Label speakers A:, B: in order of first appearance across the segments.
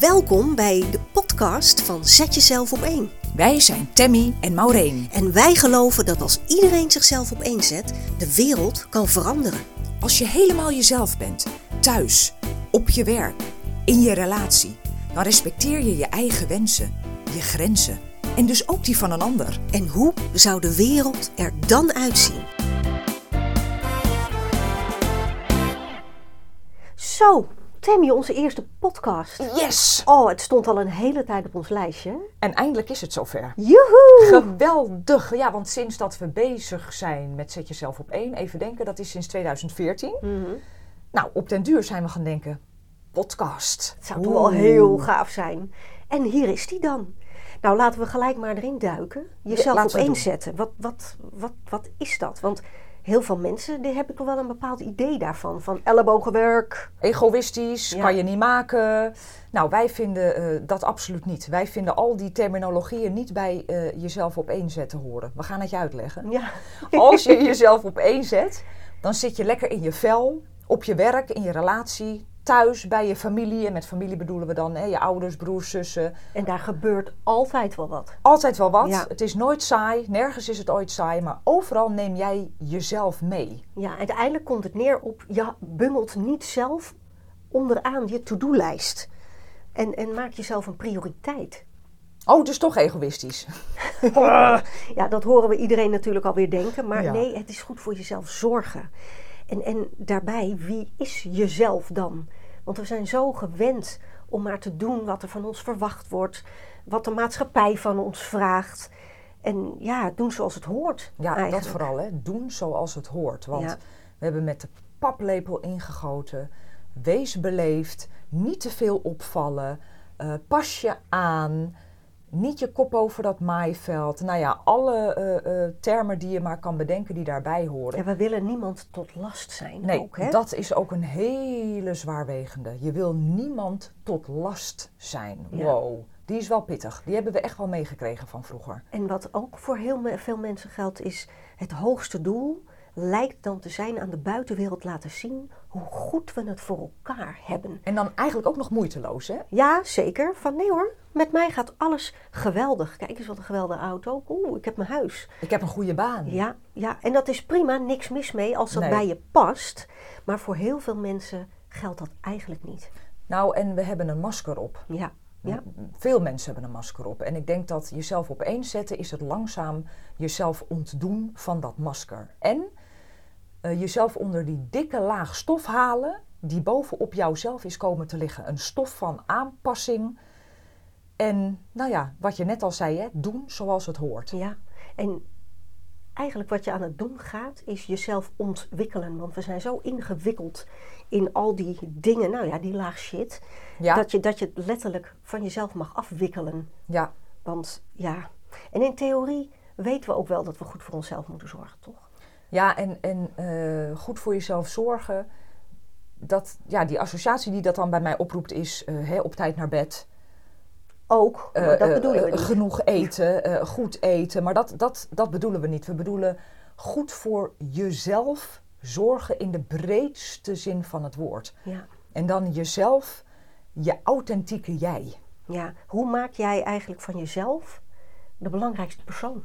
A: Welkom bij de podcast van Zet Jezelf op één.
B: Wij zijn Tammy en Maureen.
A: En wij geloven dat als iedereen zichzelf op één zet, de wereld kan veranderen.
B: Als je helemaal jezelf bent, thuis, op je werk, in je relatie, dan respecteer je je eigen wensen, je grenzen en dus ook die van een ander.
A: En hoe zou de wereld er dan uitzien? Zo, Tammy, onze eerste podcast.
B: Yes!
A: Oh, het stond al een hele tijd op ons lijstje.
B: En eindelijk is het zover.
A: Joehoe!
B: Geweldig! Ja, want sinds dat we bezig zijn met Zet Jezelf op één, even denken, dat is sinds 2014.
A: Mhm.
B: Nou, op den duur zijn we gaan denken, podcast.
A: Het zou toch wel heel gaaf zijn. En hier is die dan. Nou, laten we gelijk maar erin duiken. Jezelf
B: laten
A: op
B: we
A: één
B: doen.
A: zetten. Wat, wat, wat, wat is dat? Want heel veel mensen, daar heb ik wel een bepaald idee daarvan. Van ellebogenwerk.
B: egoïstisch,
A: Ja.
B: kan je niet maken. Nou, wij vinden eh, dat absoluut niet. Wij vinden al die terminologieën niet bij eh, jezelf op één zetten horen. We gaan het je uitleggen.
A: Ja.
B: Als je jezelf op één zet, dan zit je lekker in je vel, op je werk, in je relatie, thuis, bij je familie. En met familie bedoelen we dan hè, je ouders, broers, zussen.
A: En daar gebeurt altijd wel wat.
B: Altijd wel wat.
A: Ja.
B: Het is nooit saai, nergens is het ooit saai, maar overal neem jij jezelf mee.
A: Ja, uiteindelijk komt het neer op, je bungelt niet zelf onderaan je to-do-lijst. En, en maak jezelf een prioriteit.
B: Oh, dus toch egoïstisch.
A: Ja, dat horen we iedereen natuurlijk alweer denken. Maar
B: Ja.
A: nee, het is goed voor jezelf zorgen. En, en daarbij, wie is jezelf dan? Want we zijn zo gewend om maar te doen wat er van ons verwacht wordt. Wat de maatschappij van ons vraagt. En ja, doen zoals het hoort.
B: Ja,
A: eigenlijk.
B: dat vooral. Hè. Doen zoals het hoort. Want
A: Ja.
B: we hebben met de paplepel ingegoten. Wees beleefd. Niet te veel opvallen. eh, pas je aan. Niet je kop over dat maaiveld. Nou ja, alle eh, eh, termen die je maar kan bedenken die daarbij horen.
A: En we willen niemand tot last zijn
B: Nee,
A: ook, hè?
B: dat is ook een hele zwaarwegende. Je wil niemand tot last zijn.
A: Ja.
B: Wow, die is wel pittig. Die hebben we echt wel meegekregen van vroeger.
A: En wat ook voor heel me- veel mensen geldt is, het hoogste doel lijkt dan te zijn aan de buitenwereld laten zien hoe goed we het voor elkaar hebben.
B: En dan eigenlijk ook nog moeiteloos, hè?
A: Ja, zeker. Van nee hoor, met mij gaat alles geweldig. Kijk eens wat een geweldige auto. Oeh, ik heb mijn huis.
B: Ik heb een goede baan.
A: Ja, ja, en dat is prima, niks mis mee als dat
B: Nee.
A: bij je past. Maar voor heel veel mensen geldt dat eigenlijk niet.
B: Nou, en we hebben een masker op.
A: Ja, ja.
B: Veel mensen hebben een masker op. En ik denk dat jezelf op één zetten is het langzaam jezelf ontdoen van dat masker. En eh, jezelf onder die dikke laag stof halen die bovenop jouzelf is komen te liggen. Een stof van aanpassing. En nou ja, wat je net al zei, hè, doen zoals het hoort.
A: Ja, en eigenlijk wat je aan het doen gaat, is jezelf ontwikkelen. Want we zijn zo ingewikkeld in al die dingen, nou ja, die laag shit,
B: Ja.
A: dat, je, dat je het letterlijk van jezelf mag afwikkelen.
B: Ja,
A: Want ja, en in theorie weten we ook wel dat we goed voor onszelf moeten zorgen, toch?
B: ja en, en eh, goed voor jezelf zorgen. Dat, ja, die associatie die dat dan bij mij oproept is eh, hè, op tijd naar bed.
A: Ook, maar
B: Eh,
A: dat
B: eh,
A: bedoelen we
B: eh,
A: niet.
B: Genoeg eten, eh, goed eten. Maar dat, dat, dat bedoelen we niet. We bedoelen goed voor jezelf zorgen in de breedste zin van het woord.
A: Ja,
B: En dan jezelf, je authentieke jij.
A: ja. Hoe maak jij eigenlijk van jezelf de belangrijkste persoon?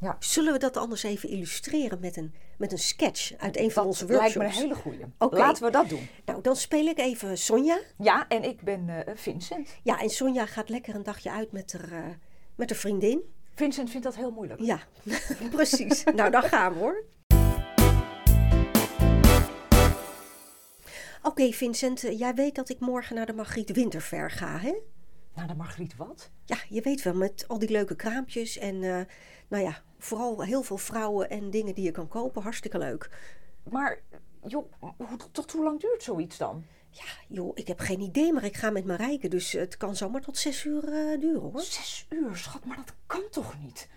B: Ja.
A: Zullen we dat anders even illustreren met een, met een sketch uit een van onze
B: lijkt
A: workshops?
B: me een hele goeie.
A: Oké.
B: Laten we dat doen.
A: Nou, dan speel ik even Sonja.
B: Ja, en ik ben eh, Vincent.
A: Ja, en Sonja gaat lekker een dagje uit met haar, eh, met haar vriendin.
B: Vincent vindt dat heel moeilijk.
A: Ja, precies. nou, dan gaan we hoor. Oké, Vincent, eh, jij weet dat ik morgen naar de Margriet Winterver ga, hè?
B: Nou, dan Margriet wat?
A: Ja, je weet wel, met al die leuke kraampjes en, eh, nou ja, vooral heel veel vrouwen en dingen die je kan kopen. Hartstikke leuk.
B: Maar, joh, hoe, tot hoe lang duurt zoiets dan?
A: Ja, joh, ik heb geen idee, maar ik ga met Marijke, dus het kan zomaar tot zes uur eh, duren, hoor.
B: Zes uur, schat, maar dat kan toch niet?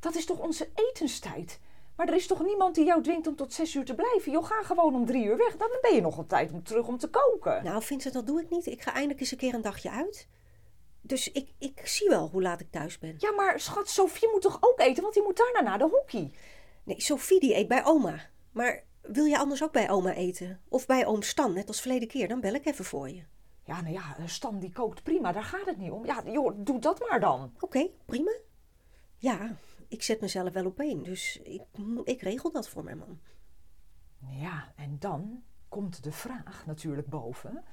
B: Dat is toch onze etenstijd? Maar er is toch niemand die jou dwingt om tot zes uur te blijven? Joh, ga gewoon om drie uur weg. Dan ben je nog op tijd om terug om te koken.
A: Nou, Vincent, dat doe ik niet. Ik ga eindelijk eens een keer een dagje uit. Dus ik, ik zie wel hoe laat ik thuis ben.
B: Ja, maar schat, Sofie moet toch ook eten? Want die moet daarna naar de hockey.
A: Nee, Sophie die eet bij oma. Maar wil jij anders ook bij oma eten? Of bij oom Stan, net als verleden keer? Dan bel ik even voor je.
B: Ja, nou ja, eh, Stan die kookt prima, daar gaat het niet om. Ja, joh, doe dat maar dan.
A: Oké, prima. Ja, ik zet mezelf wel op één, dus ik, ik regel dat voor mijn man.
B: Ja, en dan komt de vraag natuurlijk boven.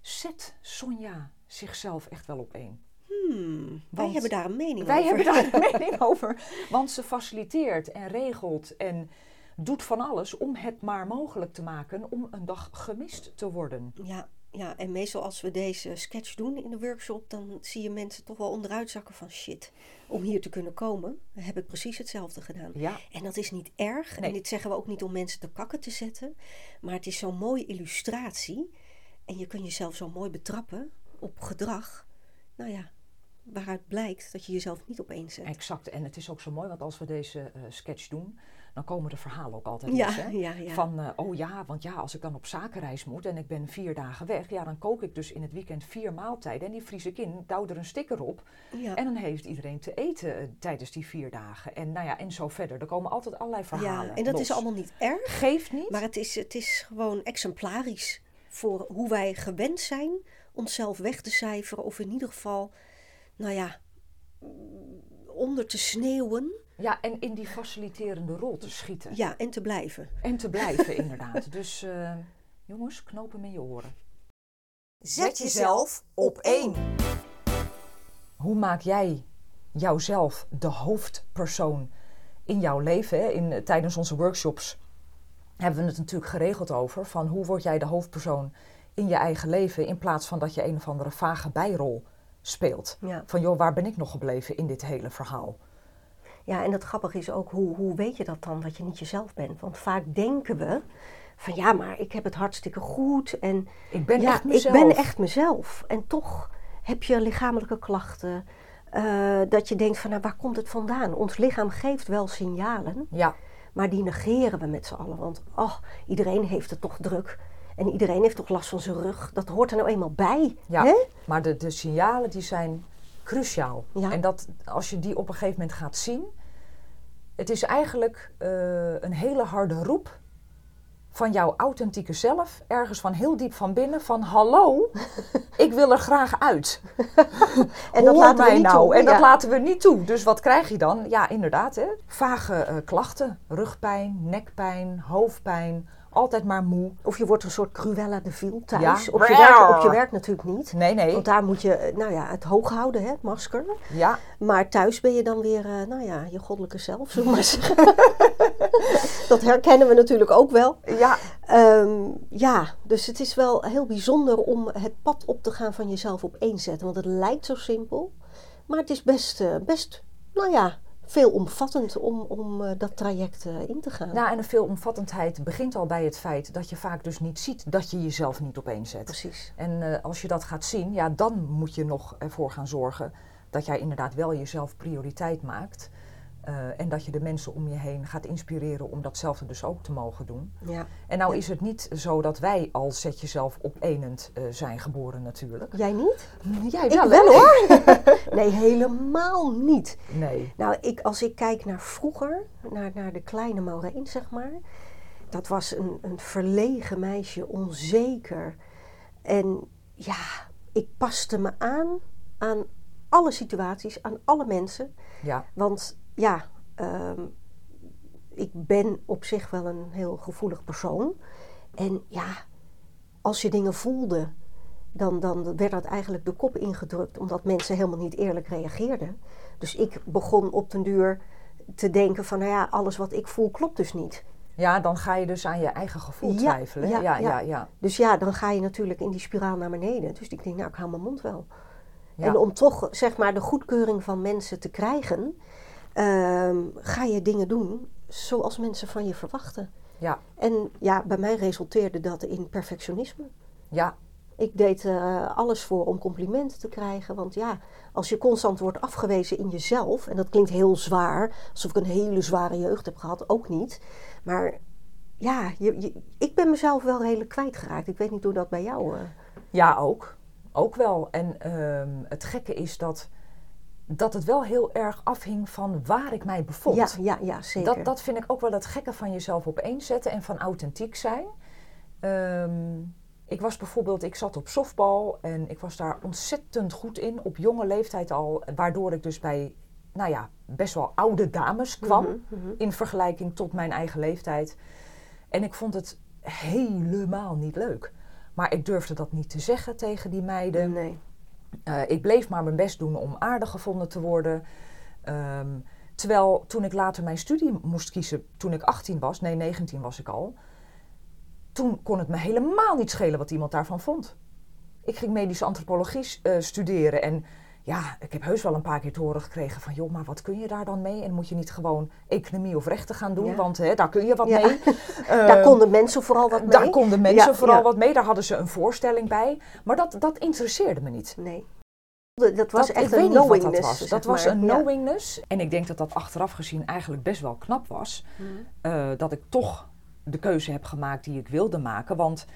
B: Zet Sonja zichzelf echt wel op één?
A: Hmm, Wij
B: Want
A: hebben daar een mening
B: Wij
A: over.
B: hebben daar een mening over. Want ze faciliteert en regelt en doet van alles om het maar mogelijk te maken om een dag gemist te worden.
A: Ja, ja, en meestal als we deze sketch doen in de workshop, dan zie je mensen toch wel onderuit zakken van shit. Om hier te kunnen komen, heb ik precies hetzelfde gedaan.
B: Ja.
A: En dat is niet erg. En
B: Nee.
A: dit zeggen we ook niet om mensen te kakken te zetten. Maar het is zo'n mooie illustratie. En je kunt jezelf zo mooi betrappen op gedrag. Nou ja, waaruit blijkt dat je jezelf niet eh, op één zet.
B: Exact. En het is ook zo mooi, want als we deze eh, sketch doen, dan komen de verhalen ook altijd
A: Ja,
B: los, hè?
A: ja, ja.
B: Van, eh, oh ja, want ja, als ik dan op zakenreis moet en ik ben vier dagen weg, ja, dan kook ik dus in het weekend vier maaltijden. En die vries ik in, douw er een sticker op.
A: Ja.
B: En dan heeft iedereen te eten eh, tijdens die vier dagen. En nou ja, en zo verder. Er komen altijd allerlei verhalen
A: ja, en dat is
B: los.
A: allemaal niet erg.
B: Geeft niet.
A: Maar het is, het is gewoon exemplarisch voor hoe wij gewend zijn onszelf weg te cijferen. Of in ieder geval, nou ja, mm, onder te sneeuwen.
B: Ja, en in die faciliterende rol te schieten.
A: Ja, en te blijven.
B: En te blijven, inderdaad. Dus eh, jongens, knopen hem in je oren.
C: Zet jezelf op één.
B: Hoe maak jij jouzelf de hoofdpersoon in jouw leven? Hè? In, eh, tijdens onze workshops hebben we het natuurlijk geregeld over. Van hoe word jij de hoofdpersoon in je eigen leven? In plaats van dat je een of andere vage bijrol speelt.
A: Ja.
B: Van joh, waar ben ik nog gebleven in dit hele verhaal?
A: Ja, en het grappige is ook, hoe, hoe weet je dat dan, dat je niet jezelf bent? Want vaak denken we van ja, maar ik heb het hartstikke goed en
B: Ik ben
A: ja,
B: echt mezelf.
A: Ik ben echt mezelf. En toch heb je lichamelijke klachten. eh, dat je denkt van nou, waar komt het vandaan? Ons lichaam geeft wel signalen,
B: Ja,
A: maar die negeren we met z'n allen. Want oh, iedereen heeft het toch druk. En iedereen heeft toch last van zijn rug. Dat hoort er nou eenmaal bij.
B: Ja,
A: Hè?
B: maar de, de signalen die zijn cruciaal.
A: Ja.
B: En dat, als je die op een gegeven moment gaat zien, het is eigenlijk eh, een hele harde roep van jouw authentieke zelf, ergens van heel diep van binnen, van hallo, ik wil er graag uit.
A: En dat
B: Hoor
A: laten we
B: mij
A: niet
B: nou.
A: toe.
B: En dat
A: Ja.
B: laten we niet toe. Dus wat krijg je dan? Ja, inderdaad, hè? vage eh, klachten, rugpijn, nekpijn, hoofdpijn, altijd maar moe.
A: Of je wordt een soort Cruella de Vil thuis.
B: Ja.
A: Op, je werk, op je werk natuurlijk niet.
B: Nee, nee,
A: Want daar moet je eh, nou ja, het hoog houden, hè, het masker.
B: ja,
A: Maar thuis ben je dan weer, eh, nou ja, je goddelijke zelf, zullen we maar zeggen. dat herkennen we natuurlijk ook wel.
B: ja.
A: Ehm, ja, dus het is wel heel bijzonder om het pad op te gaan van jezelf op één zetten. Want het lijkt zo simpel, maar het is best, eh, best nou ja, veelomvattend om, om eh, dat traject eh, in te gaan.
B: Nou, en de veelomvattendheid begint al bij het feit dat je vaak dus niet ziet dat je jezelf niet opeen zet.
A: Precies.
B: En eh, als je dat gaat zien, ja, dan moet je nog ervoor gaan zorgen dat jij inderdaad wel jezelf prioriteit maakt. Eh, en dat je de mensen om je heen gaat inspireren om datzelfde dus ook te mogen doen.
A: Ja.
B: En nou is het niet zo dat wij al zet jezelf opeenend eh, zijn geboren natuurlijk.
A: Jij niet?
B: Jij
A: Ik
B: hè?
A: wel hoor. nee, helemaal niet.
B: Nee.
A: Nou, ik, als ik kijk naar vroeger, naar, naar de kleine Maureen, zeg maar. Dat was een, een verlegen meisje, onzeker. En ja, ik paste me aan aan alle situaties, aan alle mensen.
B: Ja,
A: Want ja, ehm, ik ben op zich wel een heel gevoelig persoon. En ja, als je dingen voelde, dan, dan werd dat eigenlijk de kop ingedrukt, omdat mensen helemaal niet eerlijk reageerden. Dus ik begon op den duur te denken van, nou ja, alles wat ik voel klopt dus niet.
B: ja dan ga je dus aan je eigen gevoel
A: Ja,
B: twijfelen. hè?
A: ja,
B: ja,
A: ja.
B: ja. ja.
A: Dus ja, dan ga je natuurlijk in die spiraal naar beneden. Dus ik denk, nou, ik hou mijn mond wel.
B: Ja.
A: En om toch, zeg maar, de goedkeuring van mensen te krijgen, ehm, ga je dingen doen zoals mensen van je verwachten.
B: ja.
A: En ja, bij mij resulteerde dat in perfectionisme.
B: ja.
A: Ik deed eh, alles voor om complimenten te krijgen. Want ja, als je constant wordt afgewezen in jezelf, en dat klinkt heel zwaar, alsof ik een hele zware jeugd heb gehad, ook niet. Maar ja, je, je- ik ben mezelf wel redelijk kwijtgeraakt. Ik weet niet hoe dat bij jou. eh,
B: Ja, ook. Ook wel. En ehm, het gekke is dat, dat het wel heel erg afhing van waar ik mij bevond.
A: ja, ja, ja, zeker.
B: dat, dat vind ik ook wel het gekke van jezelf opeenzetten en van authentiek zijn. Ehm, Ik was bijvoorbeeld, ik zat op softbal en ik was daar ontzettend goed in, op jonge leeftijd al, waardoor ik dus bij, nou ja, best wel oude dames kwam in vergelijking tot mijn eigen leeftijd. En ik vond het helemaal niet leuk. Maar ik durfde dat niet te zeggen tegen die meiden.
A: Nee.
B: Eh, ik bleef maar mijn best doen om aardig gevonden te worden. Ehm, terwijl toen ik later mijn studie moest kiezen, toen ik 18 was, nee 19 was ik al, toen kon het me helemaal niet schelen wat iemand daarvan vond. Ik ging medische antropologie s- eh, studeren en ja, ik heb heus wel een paar keer te horen gekregen van joh, maar wat kun je daar dan mee? En moet je niet gewoon economie of rechten gaan doen,
A: Ja.
B: want hè, daar kun je wat
A: Ja.
B: mee.
A: Daar
B: Ehm,
A: konden mensen vooral wat mee.
B: daar konden mensen
A: Ja,
B: vooral
A: ja.
B: wat mee, daar hadden ze een voorstelling bij. Maar dat, dat interesseerde me niet.
A: Nee. Dat, dat was
B: Dat-
A: echt
B: ik weet
A: een
B: niet wat
A: knowingness.
B: dat was.
A: zeg
B: Dat was
A: maar.
B: een
A: Ja.
B: knowingness. En ik denk dat dat achteraf gezien eigenlijk best wel knap was.
A: Hmm.
B: eh, dat ik toch de keuze heb gemaakt die ik wilde maken. Want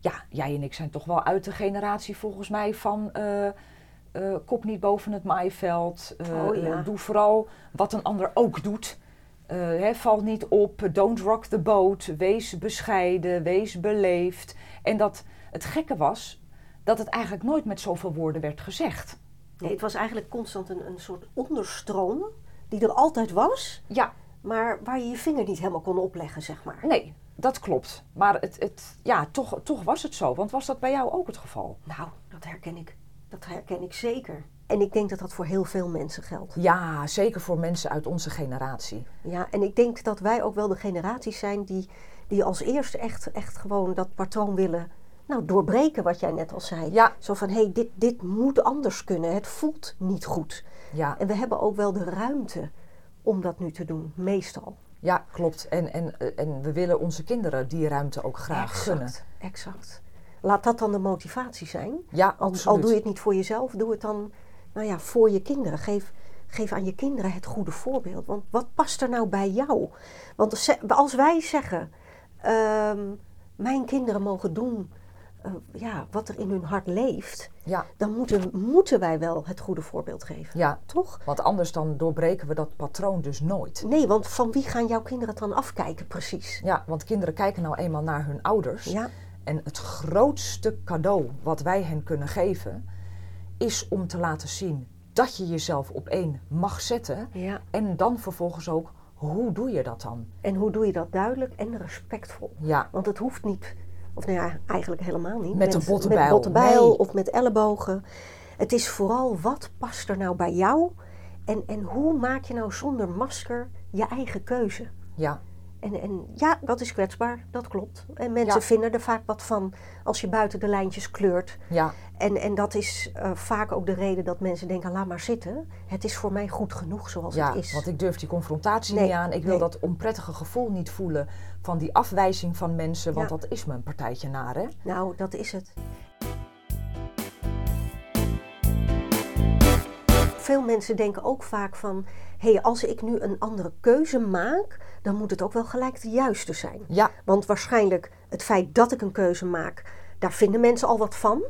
B: ja, jij en ik zijn toch wel uit de generatie volgens mij van... eh, eh, kop niet boven het maaiveld. eh,
A: Oh, ja.
B: eh, doe vooral wat een ander ook doet. Eh, hè, val niet op, don't rock the boat. Wees bescheiden, wees beleefd. En dat het gekke was dat het eigenlijk nooit met zoveel woorden werd gezegd.
A: Nee, het was eigenlijk constant een, een soort onderstroom die er altijd was,
B: Ja,
A: maar waar je je vinger niet helemaal kon opleggen, zeg maar.
B: nee, dat klopt. Maar het, het, ja, toch, toch was het zo. Want was dat bij jou ook het geval?
A: Nou, dat herken ik. Dat herken ik zeker. En ik denk dat dat voor heel veel mensen geldt.
B: Ja, zeker voor mensen uit onze generatie.
A: Ja, en ik denk dat wij ook wel de generaties zijn die, die als eerste echt, echt gewoon dat patroon willen nou, doorbreken, wat jij net al zei.
B: Ja.
A: Zo van, hé, hey, dit, dit moet anders kunnen. Het voelt niet goed.
B: Ja,
A: En we hebben ook wel de ruimte om dat nu te doen, meestal.
B: ja klopt. En, en, eh, en we willen onze kinderen die ruimte ook graag gunnen.
A: exact. Laat dat dan de motivatie zijn.
B: Ja,
A: Al,
B: absoluut.
A: al doe je het niet voor jezelf, doe het dan nou ja, voor je kinderen. Geef, geef aan je kinderen het goede voorbeeld. Want wat past er nou bij jou? Want als ze- als wij zeggen, ehm, mijn kinderen mogen doen eh, ja, wat er in hun hart leeft,
B: Ja,
A: dan moeten, moeten wij wel het goede voorbeeld geven.
B: ja.
A: Toch?
B: Want anders dan doorbreken we dat patroon dus nooit.
A: Nee, want van wie gaan jouw kinderen het dan afkijken precies?
B: Ja, want kinderen kijken nou eenmaal naar hun ouders.
A: Ja.
B: En het grootste cadeau wat wij hen kunnen geven, is om te laten zien dat je jezelf op één mag zetten.
A: Ja.
B: En dan vervolgens ook, hoe doe je dat dan?
A: En hoe doe je dat duidelijk en respectvol?
B: Ja,
A: Want het hoeft niet, of nou ja, eigenlijk helemaal niet.
B: Met een botte bijl,
A: Met botte bijl
B: nee.
A: of met ellebogen. Het is vooral wat past er nou bij jou en, en hoe maak je nou zonder masker je eigen keuze?
B: ja,
A: En, en ja, dat is kwetsbaar, dat klopt. En mensen
B: Ja.
A: vinden er vaak wat van als je buiten de lijntjes kleurt.
B: ja,
A: En, en dat is eh, vaak ook de reden dat mensen denken, laat maar zitten. Het is voor mij goed genoeg zoals
B: ja.
A: het is.
B: Want ik durf die confrontatie
A: Nee,
B: niet aan. Ik wil
A: nee.
B: dat onprettige gevoel niet voelen van die afwijzing van mensen. Want
A: Ja.
B: dat is me een partijtje naar, hè?
A: Nou, dat is het. Veel mensen denken ook vaak van: hé, hey, als ik nu een andere keuze maak, dan moet het ook wel gelijk de juiste zijn.
B: Ja,
A: Want waarschijnlijk het feit dat ik een keuze maak, daar vinden mensen al wat van.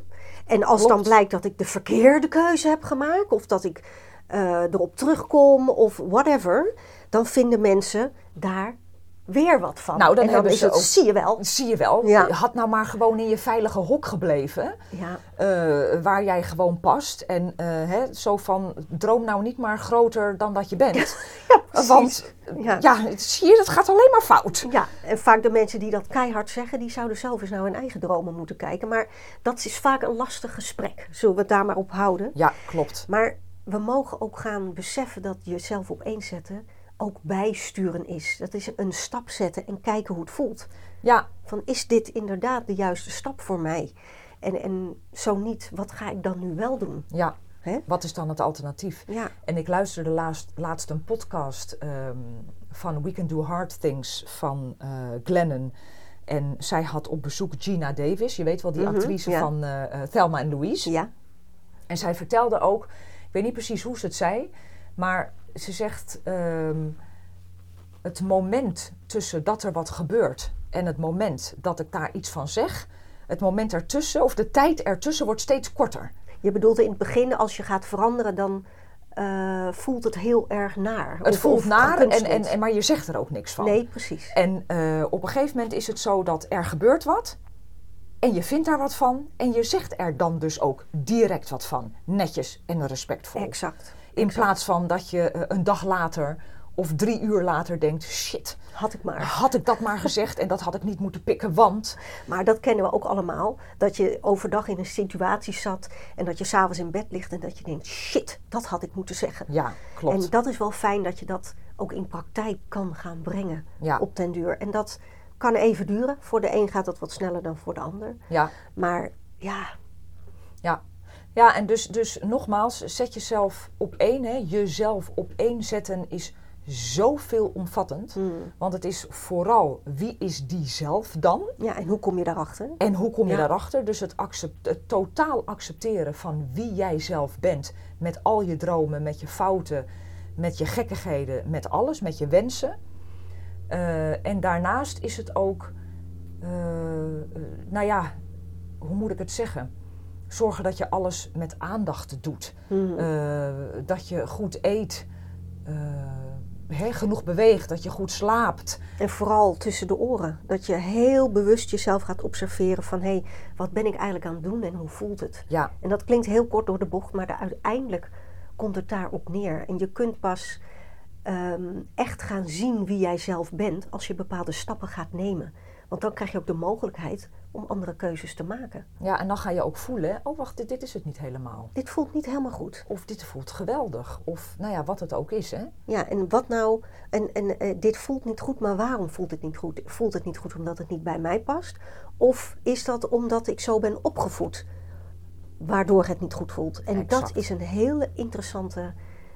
A: En als dan
B: Klopt.
A: blijkt dat ik de verkeerde keuze heb gemaakt, of dat ik eh, erop terugkom, of whatever, dan vinden mensen daar weer wat van.
B: Nou, dan
A: en dan
B: hebben
A: is
B: ze
A: het,
B: ook-
A: zie je wel.
B: zie je wel.
A: Ja.
B: Je had nou maar gewoon in je veilige hok gebleven.
A: Ja,
B: eh, waar jij gewoon past. En eh, hè, zo van, droom nou niet maar groter dan dat je bent.
A: precies.
B: Want eh,
A: Ja.
B: ja. het- zie je, het gaat alleen maar fout.
A: Ja, en vaak de mensen die dat keihard zeggen, die zouden zelf eens naar hun eigen dromen moeten kijken. Maar dat is vaak een lastig gesprek. Zullen we het daar maar op houden?
B: Ja, klopt.
A: Maar we mogen ook gaan beseffen dat jezelf op één zetten ook bijsturen is. Dat is een stap zetten en kijken hoe het voelt.
B: Ja,
A: Van is dit inderdaad de juiste stap voor mij? En, en zo niet, wat ga ik dan nu wel doen?
B: ja.
A: Hè?
B: Wat is dan het alternatief?
A: Ja.
B: En ik luisterde laatst, laatst een podcast ehm, van We Can Do Hard Things van eh, Glennon. En zij had op bezoek Gina Davis. Je weet wel, die actrice
A: Mhm, ja.
B: van eh, eh, Thelma en Louise.
A: Ja,
B: En zij vertelde ook, ik weet niet precies hoe ze het zei, maar ze zegt ehm, het moment tussen dat er wat gebeurt en het moment dat ik daar iets van zeg, het moment ertussen of de tijd ertussen wordt steeds korter.
A: je bedoelt in het begin, als je gaat veranderen, dan eh, voelt het heel erg naar.
B: Het
A: Of-
B: voelt
A: of
B: naar, en, en,
A: gekunsteld.
B: en, maar je zegt er ook niks van.
A: Nee, precies.
B: En eh, op een gegeven moment is het zo dat er gebeurt wat. En je vindt daar wat van en je zegt er dan dus ook direct wat van. Netjes en respectvol.
A: Exact.
B: In plaats van dat je eh, een dag later of drie uur later denkt: shit,
A: Had ik maar.
B: had ik dat maar gezegd en dat had ik niet moeten pikken, want.
A: Maar dat kennen we ook allemaal. Dat je overdag in een situatie zat en dat je s'avonds in bed ligt en dat je denkt, shit, dat had ik moeten zeggen.
B: Ja, klopt.
A: En dat is wel fijn dat je dat ook in praktijk kan gaan brengen
B: Ja.
A: op den duur. En dat kan even duren. Voor de een gaat dat wat sneller dan voor de ander.
B: Ja,
A: Maar ja,
B: ja. Ja, en dus, dus nogmaals, zet jezelf op één. Hè. Jezelf op één zetten is zo veelomvattend. Want het is vooral wie is die zelf dan?
A: ja, en hoe kom je daarachter?
B: En hoe kom je
A: Ja.
B: daarachter? Dus het, accept, het totaal accepteren van wie jij zelf bent. Met al je dromen, met je fouten, met je gekkigheden, met alles, met je wensen. Eh, en daarnaast is het ook, eh, eh, nou ja, hoe moet ik het zeggen? Zorgen dat je alles met aandacht doet. Eh, dat je goed eet, eh, hè, genoeg beweegt, dat je goed slaapt.
A: En vooral tussen de oren. Dat je heel bewust jezelf gaat observeren van hé, hey, wat ben ik eigenlijk aan het doen en hoe voelt het?
B: Ja,
A: En dat klinkt heel kort door de bocht, maar de- uiteindelijk komt het daarop neer. En je kunt pas ehm, echt gaan zien wie jij zelf bent als je bepaalde stappen gaat nemen. Want dan krijg je ook de mogelijkheid om andere keuzes te maken.
B: Ja, en dan ga je ook voelen, oh wacht, dit, dit is het niet helemaal.
A: Dit voelt niet helemaal goed.
B: Of dit voelt geweldig. Of nou ja, wat het ook is, hè.
A: Ja, en wat nou? En, en eh, dit voelt niet goed, maar waarom voelt het niet goed? Voelt het niet goed omdat het niet bij mij past? Of is dat omdat ik zo ben opgevoed, waardoor het niet goed voelt? En
B: Exact.
A: dat is een hele interessante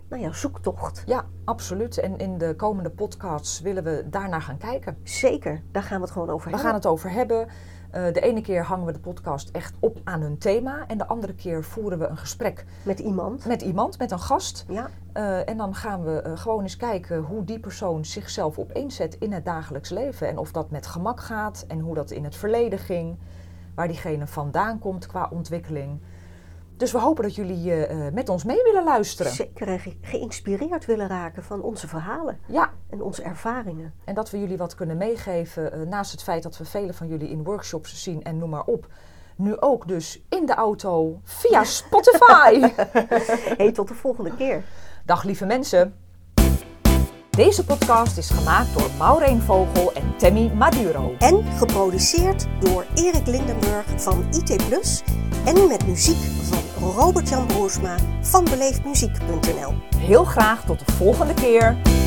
A: nou ja, zoektocht.
B: Ja, absoluut. En in de komende podcasts willen we daarnaar gaan kijken.
A: Zeker, daar gaan we het gewoon over
B: We
A: hebben.
B: gaan het over hebben. Eh, de ene keer hangen we de podcast echt op aan een thema. En de andere keer voeren we een gesprek
A: Met iemand.
B: met iemand, met een gast.
A: Ja,
B: Eh, en dan gaan we eh, gewoon eens kijken hoe die persoon zichzelf opeenzet in het dagelijks leven. En of dat met gemak gaat en hoe dat in het verleden ging. Waar diegene vandaan komt qua ontwikkeling. Dus we hopen dat jullie eh, eh, met ons mee willen luisteren.
A: zeker en ge- geïnspireerd willen raken van onze verhalen
B: Ja,
A: en onze ervaringen.
B: en dat we jullie wat kunnen meegeven. eh, naast het feit dat we velen van jullie in workshops zien en noem maar op. Nu ook dus in de auto via Spotify.
A: Hey, tot de volgende keer.
B: Dag lieve mensen. Deze podcast is gemaakt door Maureen Vogel en Tammy Maduro.
C: En geproduceerd door Erik Lindenburg van IT Plus. En met muziek van Robert-Jan Broersma van beleefdmuziek.nl.
B: Heel graag tot de volgende keer.